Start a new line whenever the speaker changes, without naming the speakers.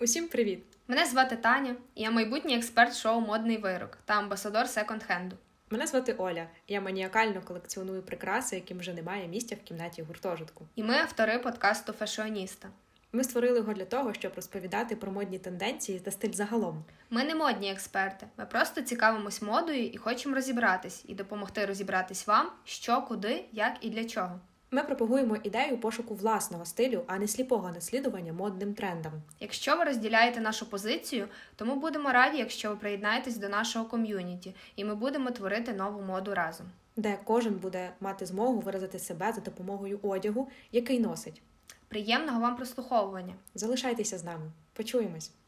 Усім привіт!
Мене звати Таня, і я майбутній експерт шоу Модний вирок та амбасадор секонд-хенду.
Мене звати Оля. Я маніакально колекціоную прикраси, яким вже немає місця в кімнаті гуртожитку.
І ми автори подкасту Фешіоніста.
Ми створили його для того, щоб розповідати про модні тенденції та стиль загалом.
Ми не модні експерти, ми просто цікавимось модою і хочемо розібратись і допомогти розібратись вам, що, куди, як і для чого.
Ми пропагуємо ідею пошуку власного стилю, а не сліпого наслідування модним трендам.
Якщо ви розділяєте нашу позицію, то ми будемо раді, якщо ви приєднаєтесь до нашого ком'юніті, і ми будемо творити нову моду разом.
де кожен буде мати змогу виразити себе за допомогою одягу, який носить.
Приємного вам прослуховування!
Залишайтеся з нами. Почуємось.